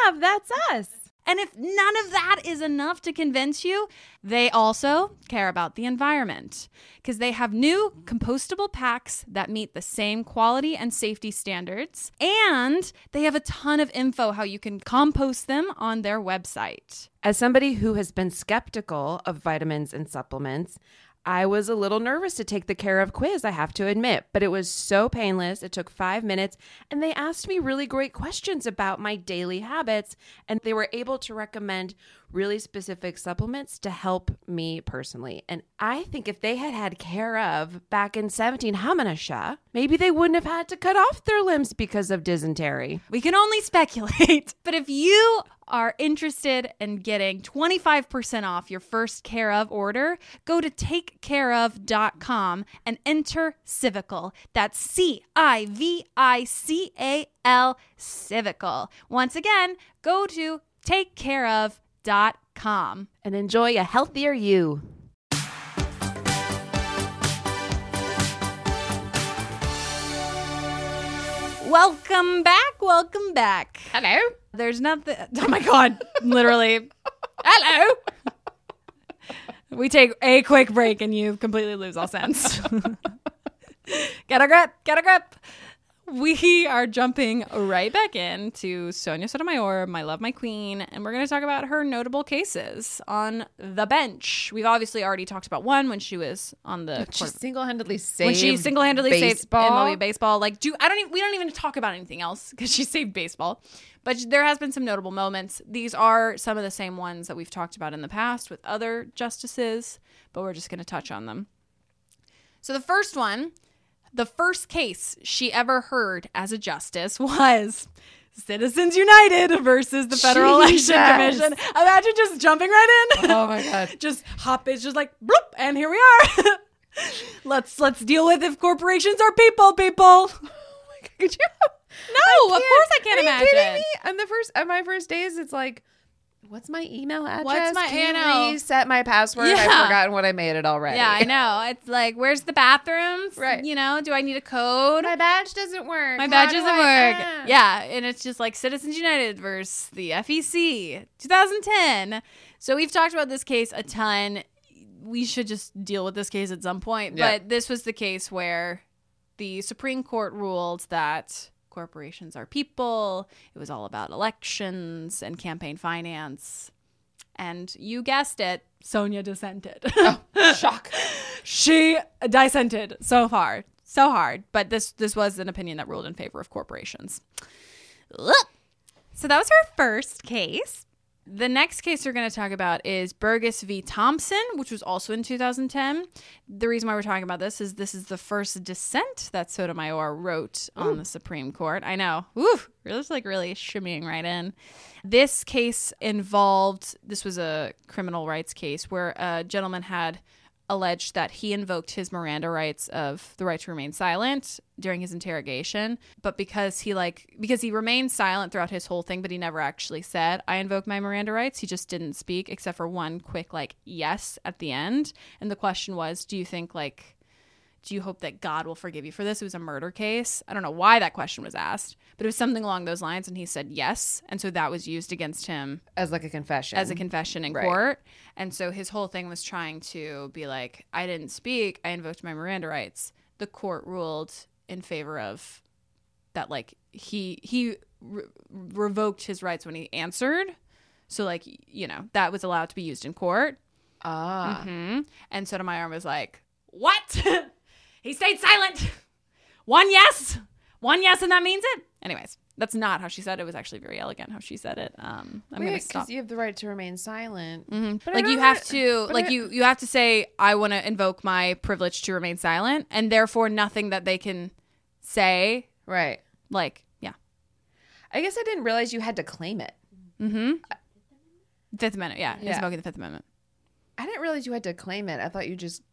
S1: have. That's us.
S2: And if none of that is enough to convince you, they also care about the environment because they have new compostable packs that meet the same quality and safety standards. And they have a ton of info how you can compost them on their website.
S1: As somebody who has been skeptical of vitamins and supplements, I was a little nervous to take the care of quiz, I have to admit, but it was so painless. It took five minutes, and they asked me really great questions about my daily habits, and they were able to recommend really specific supplements to help me personally. And I think if they had had care of back in 17 Hamanasha, maybe they wouldn't have had to cut off their limbs because of dysentery.
S2: We can only speculate. but if you are interested in getting 25% off your first care of order, go to takecareof.com and enter Civical. That's C I V I C A L Civical. Once again, go to takecareof.com.
S1: And enjoy a healthier you.
S2: We Welcome back. Welcome back.
S1: Hello.
S2: There's nothing. Oh my God. Literally. Hello. We take a quick break and you completely lose all sense. get a grip. Get a grip. We are jumping right back in to Sonia Sotomayor, my love, my queen, and we're going to talk about her notable cases on the bench. We've obviously already talked about one when she was on the
S1: She single-handedly saved
S2: when she single-handedly
S1: baseball.
S2: saved MLB baseball. Like, do I don't even, we don't even talk about anything else because she saved baseball. But there has been some notable moments. These are some of the same ones that we've talked about in the past with other justices, but we're just going to touch on them. So the first one, the first case she ever heard as a justice was. Citizens United versus the Federal
S1: Jesus.
S2: Election Commission. Imagine just jumping right in.
S1: Oh my God.
S2: just hop is just like bloop, and here we are. let's let's deal with if corporations are people, people.
S1: Could you?
S2: No, of course I can't
S1: Are
S2: imagine.
S1: You kidding me? And the first, on my first days, it's like, what's my email address?
S2: my-
S1: Can
S2: I know.
S1: you reset my password?
S2: Yeah.
S1: I've forgotten what I made it already.
S2: Yeah, I know. It's like, where's the bathrooms?
S1: Right.
S2: You know, do I need a code?
S1: my badge doesn't work.
S2: My
S1: How
S2: badge
S1: do
S2: doesn't
S1: I-
S2: work.
S1: Ah.
S2: Yeah, and it's just like Citizens United versus the E FEC, 2010. So we've talked about this case a ton. We should just deal with this case at some point.
S1: Yeah.
S2: But this was the case where the Supreme Court ruled that corporations are people. It was all about elections and campaign finance. And you guessed it, Sonia dissented.
S1: Shock.
S2: she dissented so far so hard but this this was an opinion that ruled in favor of corporations Ugh. so that was her first case the next case we're going to talk about is Burgess v. Thompson, which was also in 2010. The reason why we're talking about this is this is the first dissent that Sotomayor wrote on the Supreme Court. I know. Woo! We're just like really shimmying right in. This case involved, this was a criminal rights case where a gentleman had alleged that he invoked his Miranda rights of the right to remain silent during his interrogation, but because he like because he remained silent throughout his whole thing, but he never actually said I invoke my Miranda rights. He just didn't speak except for one quick like yes at the end. And the question was, do you think like do you hope that God will forgive you for this? It was a murder case. I don't know why that question was asked, but it was something along those lines and he said yes, and so that was used against him
S1: As like a confession.
S2: as a confession in
S1: Mm-hmm. Right.
S2: court. And so his whole thing was trying to be like, I didn't speak, I invoked my Miranda rights. The court ruled in favor of that like he he re- revoked his rights when he answered. So like, you know, that was allowed to be used in court.
S1: ah.
S2: Mm-hmm. And Sotomayor was like, What? he stayed silent. One yes, one yes, and that means it. Anyways, that's not how she said it. It was actually very elegant how she said it. Um, I'm going to stop.
S1: because you have the right to remain silent.
S2: Mhm.
S1: But I
S2: Like you
S1: don't
S2: have
S1: know-
S2: to,
S1: but
S2: like
S1: I-
S2: you, you have to say, I want to invoke my privilege to remain silent, and therefore nothing that they can say,
S1: Right.
S2: like, yeah,
S1: I guess I didn't realize you had to claim it.
S2: mm-hmm. Fifth Amendment, yeah,
S1: Uh, Yeah.
S2: invoking the Fifth Amendment.
S1: I didn't realize you had to claim it. I thought you just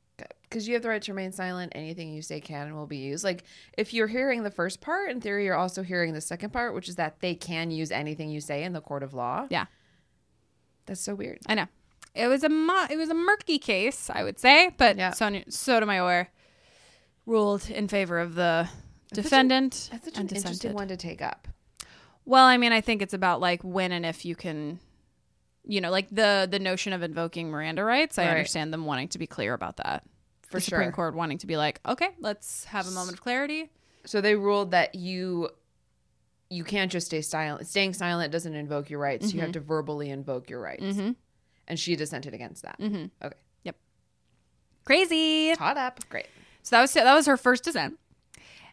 S1: because you have the right to remain silent. Anything you say can and will be used. Like if you're hearing the first part, in theory, you're also hearing the second part, which is that they can use anything you say in the court of law.
S2: Yeah.
S1: that's so weird.
S2: I know it was a mo- it was a murky case, I would say, but
S1: Yeah.
S2: Sonia Sotomayor ruled in favor of the defendant
S1: That's such an
S2: and
S1: interesting
S2: dissented.
S1: one to take up.
S2: Well, I mean, I think it's about like when and if you can, you know, like the the notion of invoking Miranda rights. I
S1: Right.
S2: understand them wanting to be clear about that.
S1: For
S2: the Supreme
S1: sure.
S2: Court wanting to be like, okay, let's have a moment of clarity.
S1: So they ruled that you you can't just stay silent. Staying silent doesn't invoke your rights. You have to verbally invoke your rights. And she dissented against that. Mm-hmm. Okay,
S2: Mm-hmm. Crazy.
S1: caught up. Great.
S2: So that was that was her first dissent.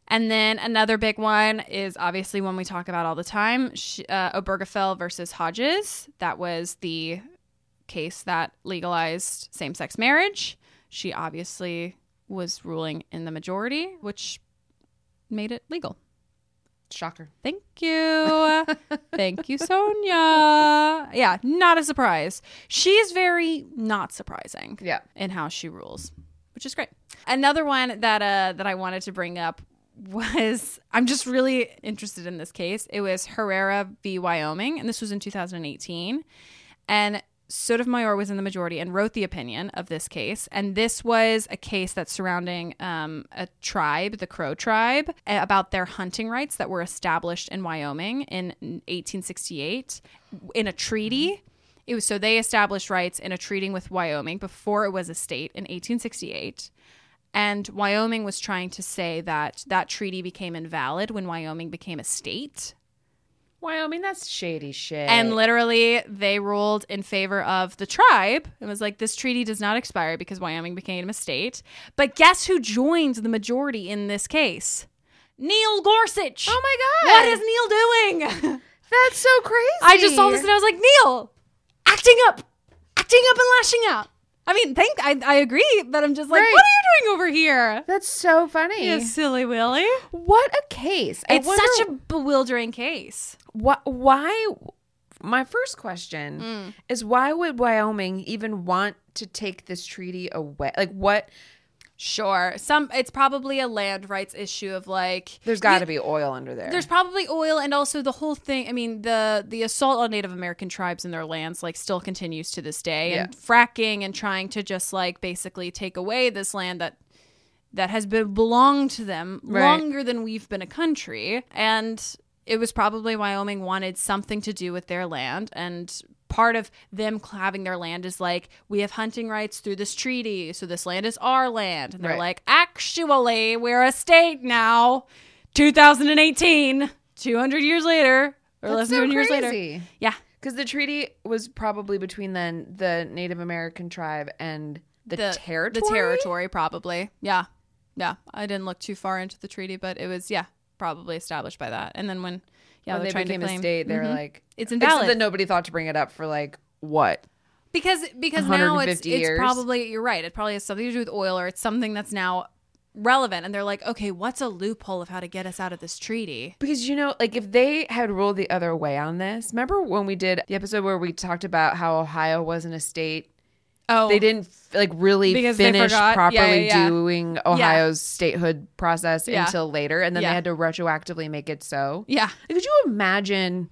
S2: And then another big one is obviously one we talk about all the time, sh- uh, Obergefell versus Hodges. That was the case that legalized same-sex marriage. She obviously was ruling in the majority, which made it legal.
S1: Shocker.
S2: Thank you. Thank you, Sonia. Yeah, not a surprise. She is very not surprising
S1: Yeah.
S2: in how she rules, which is great. Another one that uh, that I wanted to bring up was I'm just really interested in this case. It was Herrera v. Wyoming, and this was in 2018. And Sotomayor was in the majority and wrote the opinion of this case. And this was a case that's surrounding um, a tribe, the Crow tribe, a- about their hunting rights that were established in Wyoming in 1868 in a treaty. It was so they established rights in a treaty with Wyoming before it was a state in 1868. And Wyoming was trying to say that that treaty became invalid when Wyoming became a state.
S1: Wyoming, that's shady shit.
S2: And literally, they ruled in favor of the tribe. It was like this treaty does not expire because Wyoming became a state. But guess who joined the majority in this case? Neil Gorsuch.
S1: oh my god,
S2: What is Neil doing?
S1: that's so crazy?
S2: I just saw this and I was like, Neil, acting up, acting up and lashing out. I mean, thank I, I agree, but I'm just like,
S1: Right.
S2: what are you doing over here?
S1: That's so funny.
S2: You silly Willie.
S1: What a case. I
S2: It's
S1: wonder
S2: such a bewildering case.
S1: wh- why my first question is why would Wyoming even want to take this treaty away? Like what
S2: Sure. Some it's probably a land rights issue of like
S1: there's got to be oil under there.
S2: There's probably oil and also the whole thing. I mean, the the assault on Native American tribes and their lands like still continues to this day, and fracking and trying to just like basically take away this land that that has been belonged to them
S1: Right.
S2: longer than we've been a country. And it was probably Wyoming wanted something to do with their land and part of them cl- having their land is like we have hunting rights through this treaty so this land is our land and they're
S1: Right.
S2: like actually we're a state now 2018 200 years later or
S1: That's
S2: less than
S1: so
S2: 200 years later
S1: crazy.
S2: yeah
S1: Cuz the treaty was probably between then the Native American tribe and the, territory.
S2: the territory probably yeah yeah i didn't look too far into the treaty but it was yeah probably established by that and then when yeah
S1: When
S2: they're
S1: they
S2: trying
S1: became
S2: to
S1: a
S2: claim
S1: state, they're
S2: Mhm.
S1: like
S2: It's
S1: Except
S2: invalid.
S1: that nobody thought to bring it up for like what?
S2: because because now it's
S1: 150 years.
S2: it's probably you're right. It probably has something to do with oil or it's something that's now relevant. And they're like, okay, what's a loophole of how to get us out of this treaty?
S1: Because you know, like if they had ruled the other way on this, remember when we did the episode where we talked about how Ohio wasn't a state?
S2: Oh,
S1: They didn't like really
S2: Because they
S1: finish
S2: forgot.
S1: properly
S2: Yeah, yeah, yeah.
S1: doing Ohio's statehood process
S2: Yeah.
S1: until later, and then
S2: Yeah.
S1: they had to retroactively make it so.
S2: Yeah,
S1: Like, could you imagine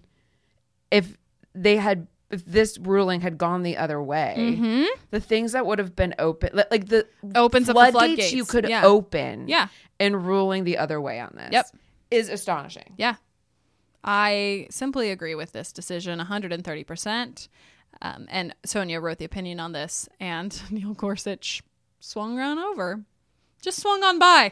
S1: if they had if this ruling had gone the other way? The things that would have been open, li- like the
S2: Opens Mm-hmm. up the floodgates.
S1: you could
S2: Yeah.
S1: open,
S2: Yeah.
S1: and ruling the other way on this,
S2: Yep.
S1: is astonishing.
S2: yeah. I simply agree with this decision 130 percent. Um, and Sonia wrote the opinion on this, and Neil Gorsuch swung around over, just swung on by,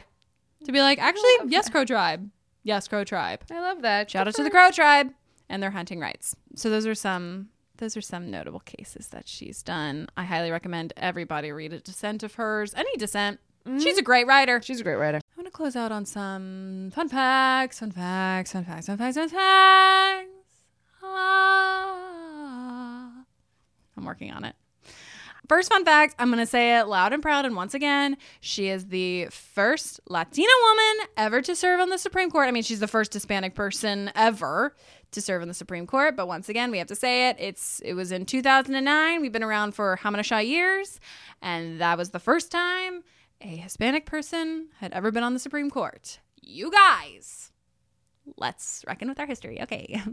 S2: to be like, actually, yes, Crow Tribe, yes, Crow Tribe.
S1: I love that.
S2: Shout out to
S1: Good
S2: the Crow tribe and their hunting rights. So those are some those are some notable cases that she's done. I highly recommend everybody read a dissent of hers, any dissent. She's a great writer.
S1: She's a great writer.
S2: I want to close out on some fun facts, fun facts, fun facts, fun facts, fun facts. Ah. I'm working on it. First fun fact, I'm going to say it loud and proud. And once again, she is the first Latina woman ever to serve on the Supreme Court. I mean, she's the first Hispanic person ever to serve on the Supreme Court. But once again, we have to say it. It's It was in 2009. We've been around for how many shy years? And that was the first time a Hispanic person had ever been on the Supreme Court. You guys, let's reckon with our history. Okay.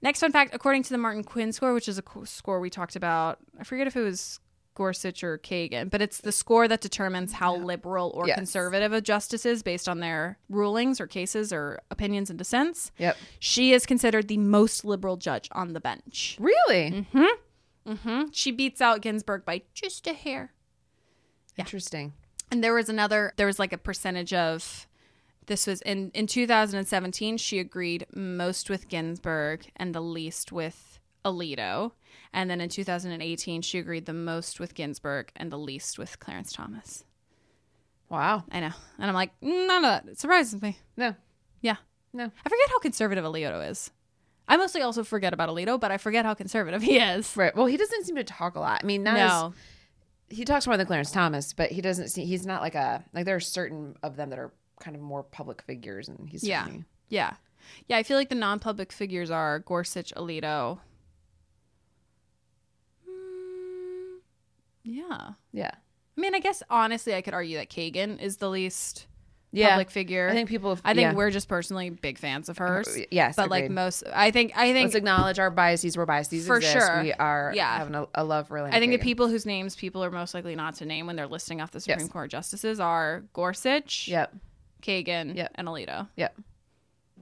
S2: Next fun fact, according to the Martin Quinn score, which is a co- score we talked about, I forget if it was Gorsuch or Kagan, but it's the score that determines how liberal or
S1: Yes.
S2: conservative a justice is based on their rulings or cases or opinions and dissents.
S1: Yep.
S2: She is considered the most liberal judge on the bench.
S1: Really
S2: Mm-hmm. hmm She beats out Ginsburg by just a hair.
S1: interesting.
S2: And there was another, there was like a percentage of this was in, in 2017, she agreed most with Ginsburg and the least with Alito. And then in 2018, she agreed the most with Ginsburg and the least with Clarence Thomas.
S1: Wow.
S2: I know. And I'm like, none of that surprises me.
S1: No.
S2: Yeah.
S1: No.
S2: I forget how conservative Alito is. I mostly also forget about Alito, but I forget how conservative he is.
S1: Right. Well, he doesn't seem to talk a lot. I mean, not as-
S2: No.
S1: he talks more than Clarence Thomas, but he doesn't see. He's not like a like. There are certain of them that are kind of more public figures, and he's
S2: Yeah.
S1: certainly-
S2: Yeah. Yeah, I feel like the non public figures are Gorsuch, Alito. Mm, yeah.
S1: yeah.
S2: I mean, I guess honestly, I could argue that Kagan is the least
S1: Yeah.
S2: public figure.
S1: I think people-
S2: I think
S1: yeah. Oh, Uh,
S2: we're just personally big fans of hers.
S1: yes,
S2: but like
S1: agreed.
S2: most, I think I think
S1: Let's acknowledge our biases where biases
S2: For
S1: exist.
S2: sure.
S1: We are
S2: Yeah.
S1: having a, a love for Lincoln.
S2: I think the people whose names people are most likely not to name when they're listing off the Supreme
S1: Yes.
S2: Court justices are Gorsuch,
S1: Yep.
S2: Kagan,
S1: Yep.
S2: and Alito.
S1: Yep.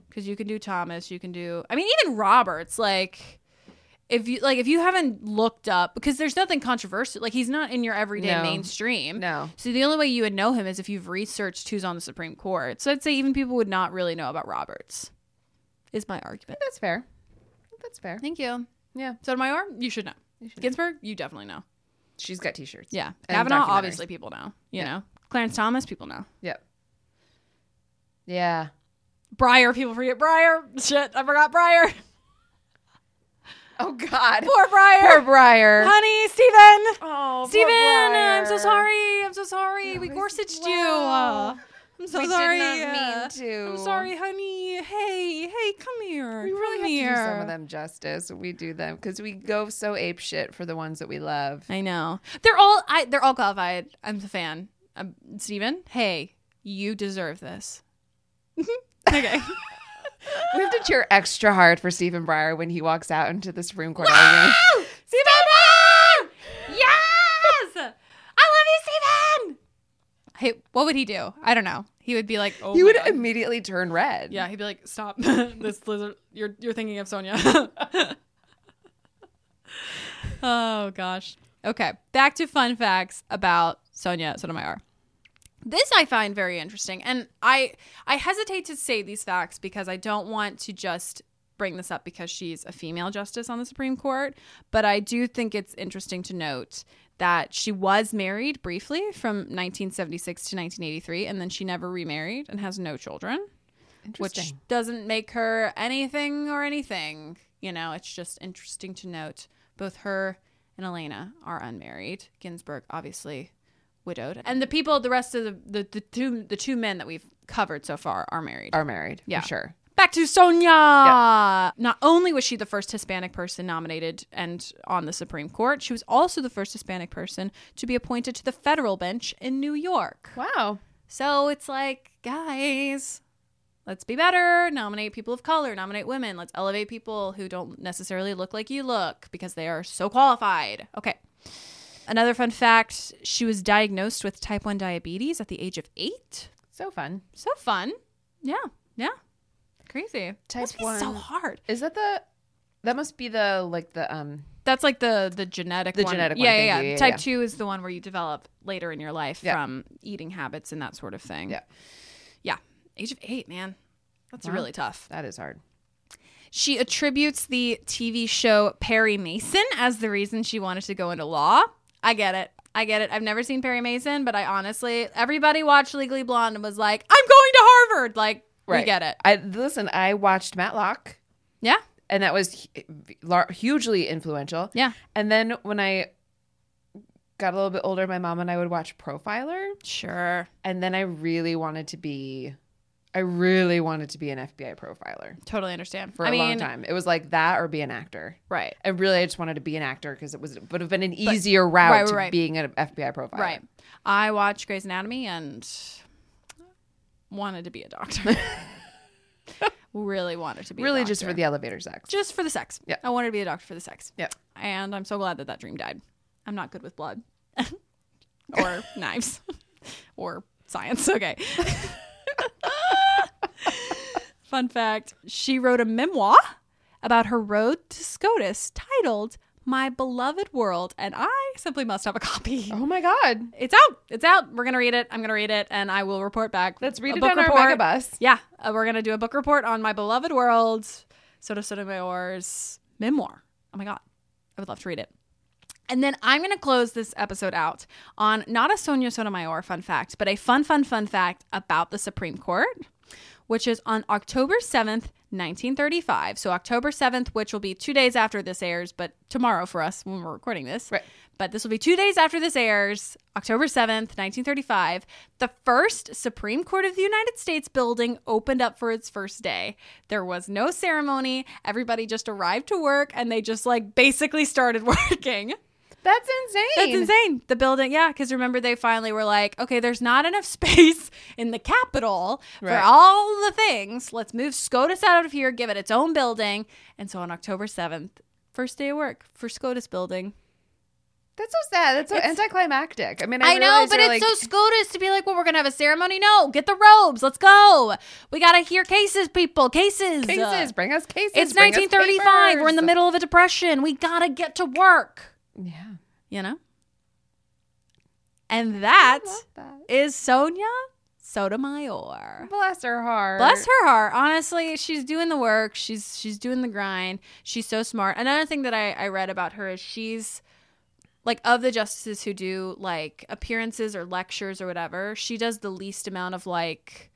S2: Because you can do Thomas, you can do. I mean, even Roberts. Like, if you like, if you haven't looked up, because there's nothing controversial. Like, he's not in your everyday
S1: No.
S2: mainstream.
S1: No.
S2: So the only way you would know him is if you've researched who's on the Supreme Court. So I'd say even people would not really know about Roberts. Is my argument.
S1: That's fair. That's fair.
S2: Thank you.
S1: Yeah.
S2: Sotomayor, you should know. Ginsburg, you definitely know.
S1: She's got t shirts.
S2: Yeah.
S1: And
S2: Kavanaugh,
S1: documentaries.
S2: obviously, people know. You know, Clarence Thomas, people know.
S1: Yep. Yeah.
S2: Breyer, people forget Breyer. Shit, I forgot Breyer.
S1: Oh, God.
S2: Poor Breyer.
S1: Poor Briar.
S2: Honey, Steven.
S1: Oh,
S2: Steven, I'm so sorry. I'm so sorry. we
S1: he's-
S2: Gorsaged
S1: wow.
S2: you. I'm so
S1: We did
S2: sorry. uh,
S1: not mean
S2: I'm
S1: to.
S2: sorry, honey. Hey, hey, come here.
S1: We
S2: come
S1: really
S2: here.
S1: have to do some of them justice. We do them because we go so ape shit for the ones that we love.
S2: I know. They're all I they're all qualified. I'm the fan. Um, Steven, hey, you deserve this. okay.
S1: We have to cheer extra hard for Stephen Breyer when he walks out into the Supreme
S2: Oh
S1: Court argument.
S2: Steven! Yes! I love you, Steven! Hey, what would he do? I don't know. He would be like, oh,
S1: He
S2: my
S1: would
S2: God.
S1: immediately turn red.
S2: yeah, he'd be like, stop this lizard. You're you're thinking of Sonia. oh gosh. Okay, back to fun facts about Sonia Sotomayor. This I find very interesting, and I I hesitate to say these facts because I don't want to just bring this up because she's a female justice on the Supreme Court, but I do think it's interesting to note that she was married briefly from 1976 to 1983 and then she never remarried and has no children which
S1: Interesting.
S2: doesn't make her anything or anything. You know, it's just interesting to note both her and Elena are unmarried. Ginsburg, obviously, widowed, and the people, the rest of the the, the two the two men that we've covered so far are married.
S1: Are married.
S2: Yeah.
S1: For sure.
S2: Back to Sonia. Not only was she the first Hispanic person nominated and on the Supreme Court, she was also the first Hispanic person to be appointed to the federal bench in New York.
S1: Wow.
S2: So it's like, guys, let's be better. Nominate people of color, nominate women. Let's elevate people who don't necessarily look like you look because they are so qualified. Okay. Another fun fact she was diagnosed with type 1 diabetes at the age of eight.
S1: So fun.
S2: So fun. Yeah. Yeah. Crazy.
S1: Type
S2: Must be so
S1: one.
S2: hard.
S1: Is that the? That must be the like the um.
S2: That's like the the genetic
S1: The
S2: one.
S1: genetic
S2: yeah,
S1: one,
S2: Yeah,
S1: thank
S2: yeah,
S1: you. Yeah,
S2: Type
S1: yeah.
S2: 2 is the one where you develop later in your life
S1: Yeah.
S2: from eating habits and that sort of thing.
S1: Yeah.
S2: Yeah. Age of 8, man. That's
S1: Wow.
S2: really tough.
S1: That is hard.
S2: She attributes the TV show Perry Mason as the reason she wanted to go into law. I get it. I get it. I've never seen Perry Mason, but I honestly, everybody watched Legally Blonde and was like, "I'm going to Harvard." Like, we get it.
S1: I listen. I watched Matlock,
S2: Yeah,
S1: and that was hu- lar- hugely influential.
S2: yeah,
S1: And then when I got a little bit older, my mom and I would watch Profiler,
S2: sure,
S1: and then I really wanted to be. I really wanted to be an FBI profiler
S2: totally understand.
S1: for
S2: I
S1: a
S2: mean,
S1: long time. It was like that or be an actor.
S2: right,
S1: And really, I just wanted to be an actor because it was would have been an easier route
S2: right,
S1: to
S2: right.
S1: being an FBI profiler.
S2: right. I watched Grey's Anatomy and wanted to be a doctor. really wanted to be a
S1: Really, just
S2: doctor.
S1: for the elevator sex.
S2: just for the sex.
S1: Yeah.
S2: I wanted to be a doctor for the sex.
S1: Yeah.
S2: And I'm so glad that that dream died. I'm not good with blood or knives or science. Okay. Fun fact she wrote a memoir about her road to SCOTUS titled My Beloved World, and I simply must have a copy.
S1: Oh my god,
S2: It's out. It's out. We're gonna read it. I'm gonna read it, and I will report back.
S1: Let's read
S2: A
S1: it
S2: book
S1: on our mega bus.
S2: Yeah, Uh, we're gonna do a book report on my beloved world, Soto Sotomayor's memoir. Oh my god, I would love to read it. And then I'm gonna close this episode out on not a Sonia Sotomayor fun fact, but a fun, fun, fun fact about the Supreme Court which is on October 7th, 1935. So, October 7th, which will be two days after this airs, but tomorrow for us when we're recording this.
S1: Right.
S2: But this will be two days after this airs, October 7th, 1935. The first Supreme Court of the United States building opened up for its first day. There was no ceremony. Everybody just arrived to work and they just like basically started working.
S1: That's insane.
S2: That's insane. The building, yeah, because remember they finally were like, okay, there's not enough space in the Capitol for
S1: Right.
S2: all the things. Let's move SCOTUS out of here, give it its own building. And so on October 7th, first day of work for SCOTUS building.
S1: That's so sad. That's so anticlimactic. I mean, I,
S2: I, know,
S1: realize
S2: but
S1: you're
S2: it's
S1: like,
S2: so SCOTUS to be like, well, we're going to have a ceremony. No, get the robes. Let's go. We got to hear cases, people. Cases.
S1: cases. Bring us cases.
S2: It's
S1: bring us
S2: 1935. We're in the
S1: papers.
S2: middle of a depression. We got to get to work.
S1: Yeah.
S2: You know? And that
S1: Love that.
S2: is Sonia Sotomayor.
S1: Bless her heart.
S2: Bless her heart. Honestly, she's doing the work. She's she's doing the grind. She's so smart. Another thing that I, I read about her is she's like of the justices who do like appearances or lectures or whatever, she does the least amount of like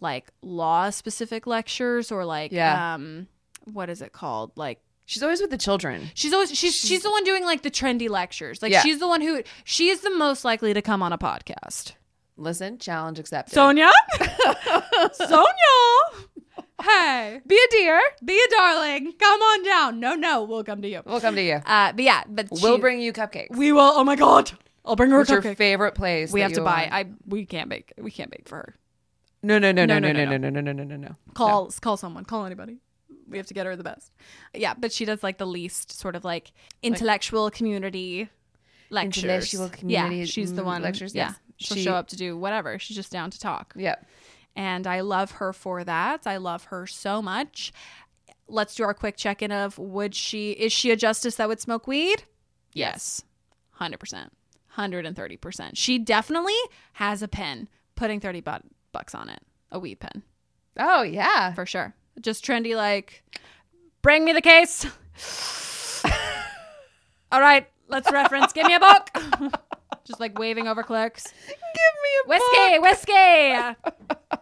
S2: like law specific lectures or like
S1: Yeah.
S2: um what is it called? Like
S1: She's always with the children.
S2: She's always she's she's the one doing like the trendy lectures. Like
S1: Yeah.
S2: she's the one who she is the most likely to come on a podcast.
S1: Listen, challenge accepted.
S2: Sonia, Sonia, hey,
S1: be a dear.
S2: be a darling. Come on down. No, no, we'll come to you.
S1: We'll come to you.
S2: Uh, but yeah, but
S1: we'll
S2: she-
S1: bring you cupcakes.
S2: We will. Oh my god, I'll bring her a
S1: What's your
S2: cupcake.
S1: favorite place?
S2: we
S1: that
S2: have to
S1: you
S2: buy.
S1: want?
S2: I we can't bake. We can't bake for her.
S1: No, no, no,
S2: No,
S1: no,
S2: no,
S1: no, no,
S2: no,
S1: no, no, no, no, no, no, no.
S2: Call call someone. Call anybody. We have to get her the best. Yeah, but she does like the least sort of like intellectual community lectures.
S1: Intellectual
S2: Yeah,
S1: community,
S2: she's the
S1: mm,
S2: one
S1: lectures,
S2: Yeah,
S1: yes.
S2: she'll
S1: She-
S2: show up to do whatever. She's just down to talk.
S1: Yeah.
S2: and I love her for that. I love her so much. Let's do our quick check-in of would she is she a justice that would smoke weed? Yes. 100%. 130%. She definitely has a pen putting 30 bu- bucks on it. A weed pen,
S1: Oh yeah.
S2: for sure. Just trendy like bring me the case. All right, let's reference. Give me a book. Just like waving over clerks
S1: Give me
S2: whiskey, whiskey.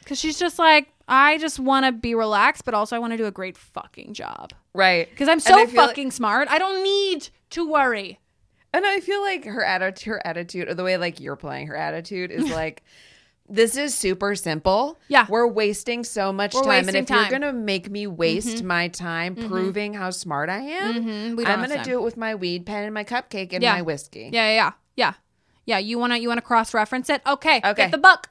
S2: Because she's just like, I just want to be relaxed, but also I want to do a great fucking job.
S1: Right.
S2: Because I'm
S1: And
S2: so
S1: I feel like-
S2: fucking smart. I don't need to worry.
S1: And I feel like her attitude, her attitude, or the way like you're playing her attitude is like, this is super simple.
S2: Yeah.
S1: we're wasting so much
S2: We're
S1: time, and
S2: wasting
S1: if
S2: time.
S1: you're gonna make me waste my time proving how smart I am,
S2: Mhm, we don't
S1: I'm
S2: have
S1: gonna
S2: time.
S1: do it with my weed pen and my cupcake and
S2: Yeah.
S1: my whiskey.
S2: Yeah, yeah, yeah. Yeah. Yeah, you want to you want to cross reference it? Okay,
S1: Okay.
S2: Get the book.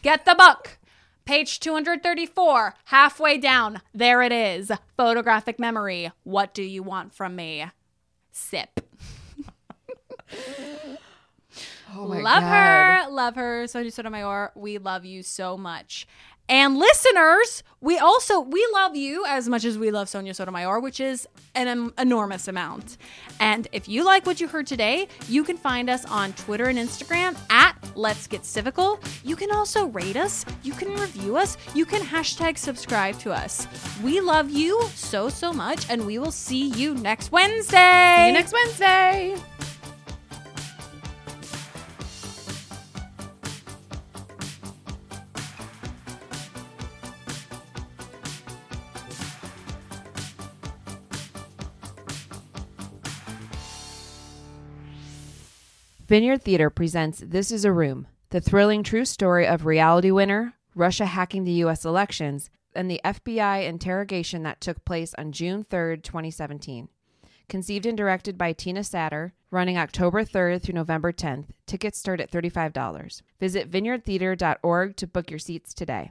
S2: Get the book. Page 234, halfway down. There it is. Photographic memory. What do you want from me? Sip.
S1: Oh my God.
S2: love her. Love her. Sonia Sotomayor, we love you so much. And listeners, we also we love you as much as we love Sonia Sotomayor, which is an em- enormous amount. And if you like what you heard today, you can find us on Twitter and Instagram at Let's Get Civical. You can also rate us, you can review us, you can hashtag subscribe to us. We love you so so much, and we will see you next Wednesday.
S1: See you next Wednesday. Vineyard Theater presents This Is a Room, the thrilling true story of reality winner, Russia hacking the U.S. elections, and the FBI interrogation that took place on June 3rd, 2017. Conceived and directed by Tina Satter, running October 3rd through November 10th. Tickets start at $35. Visit vineyardtheater.org to book your seats today.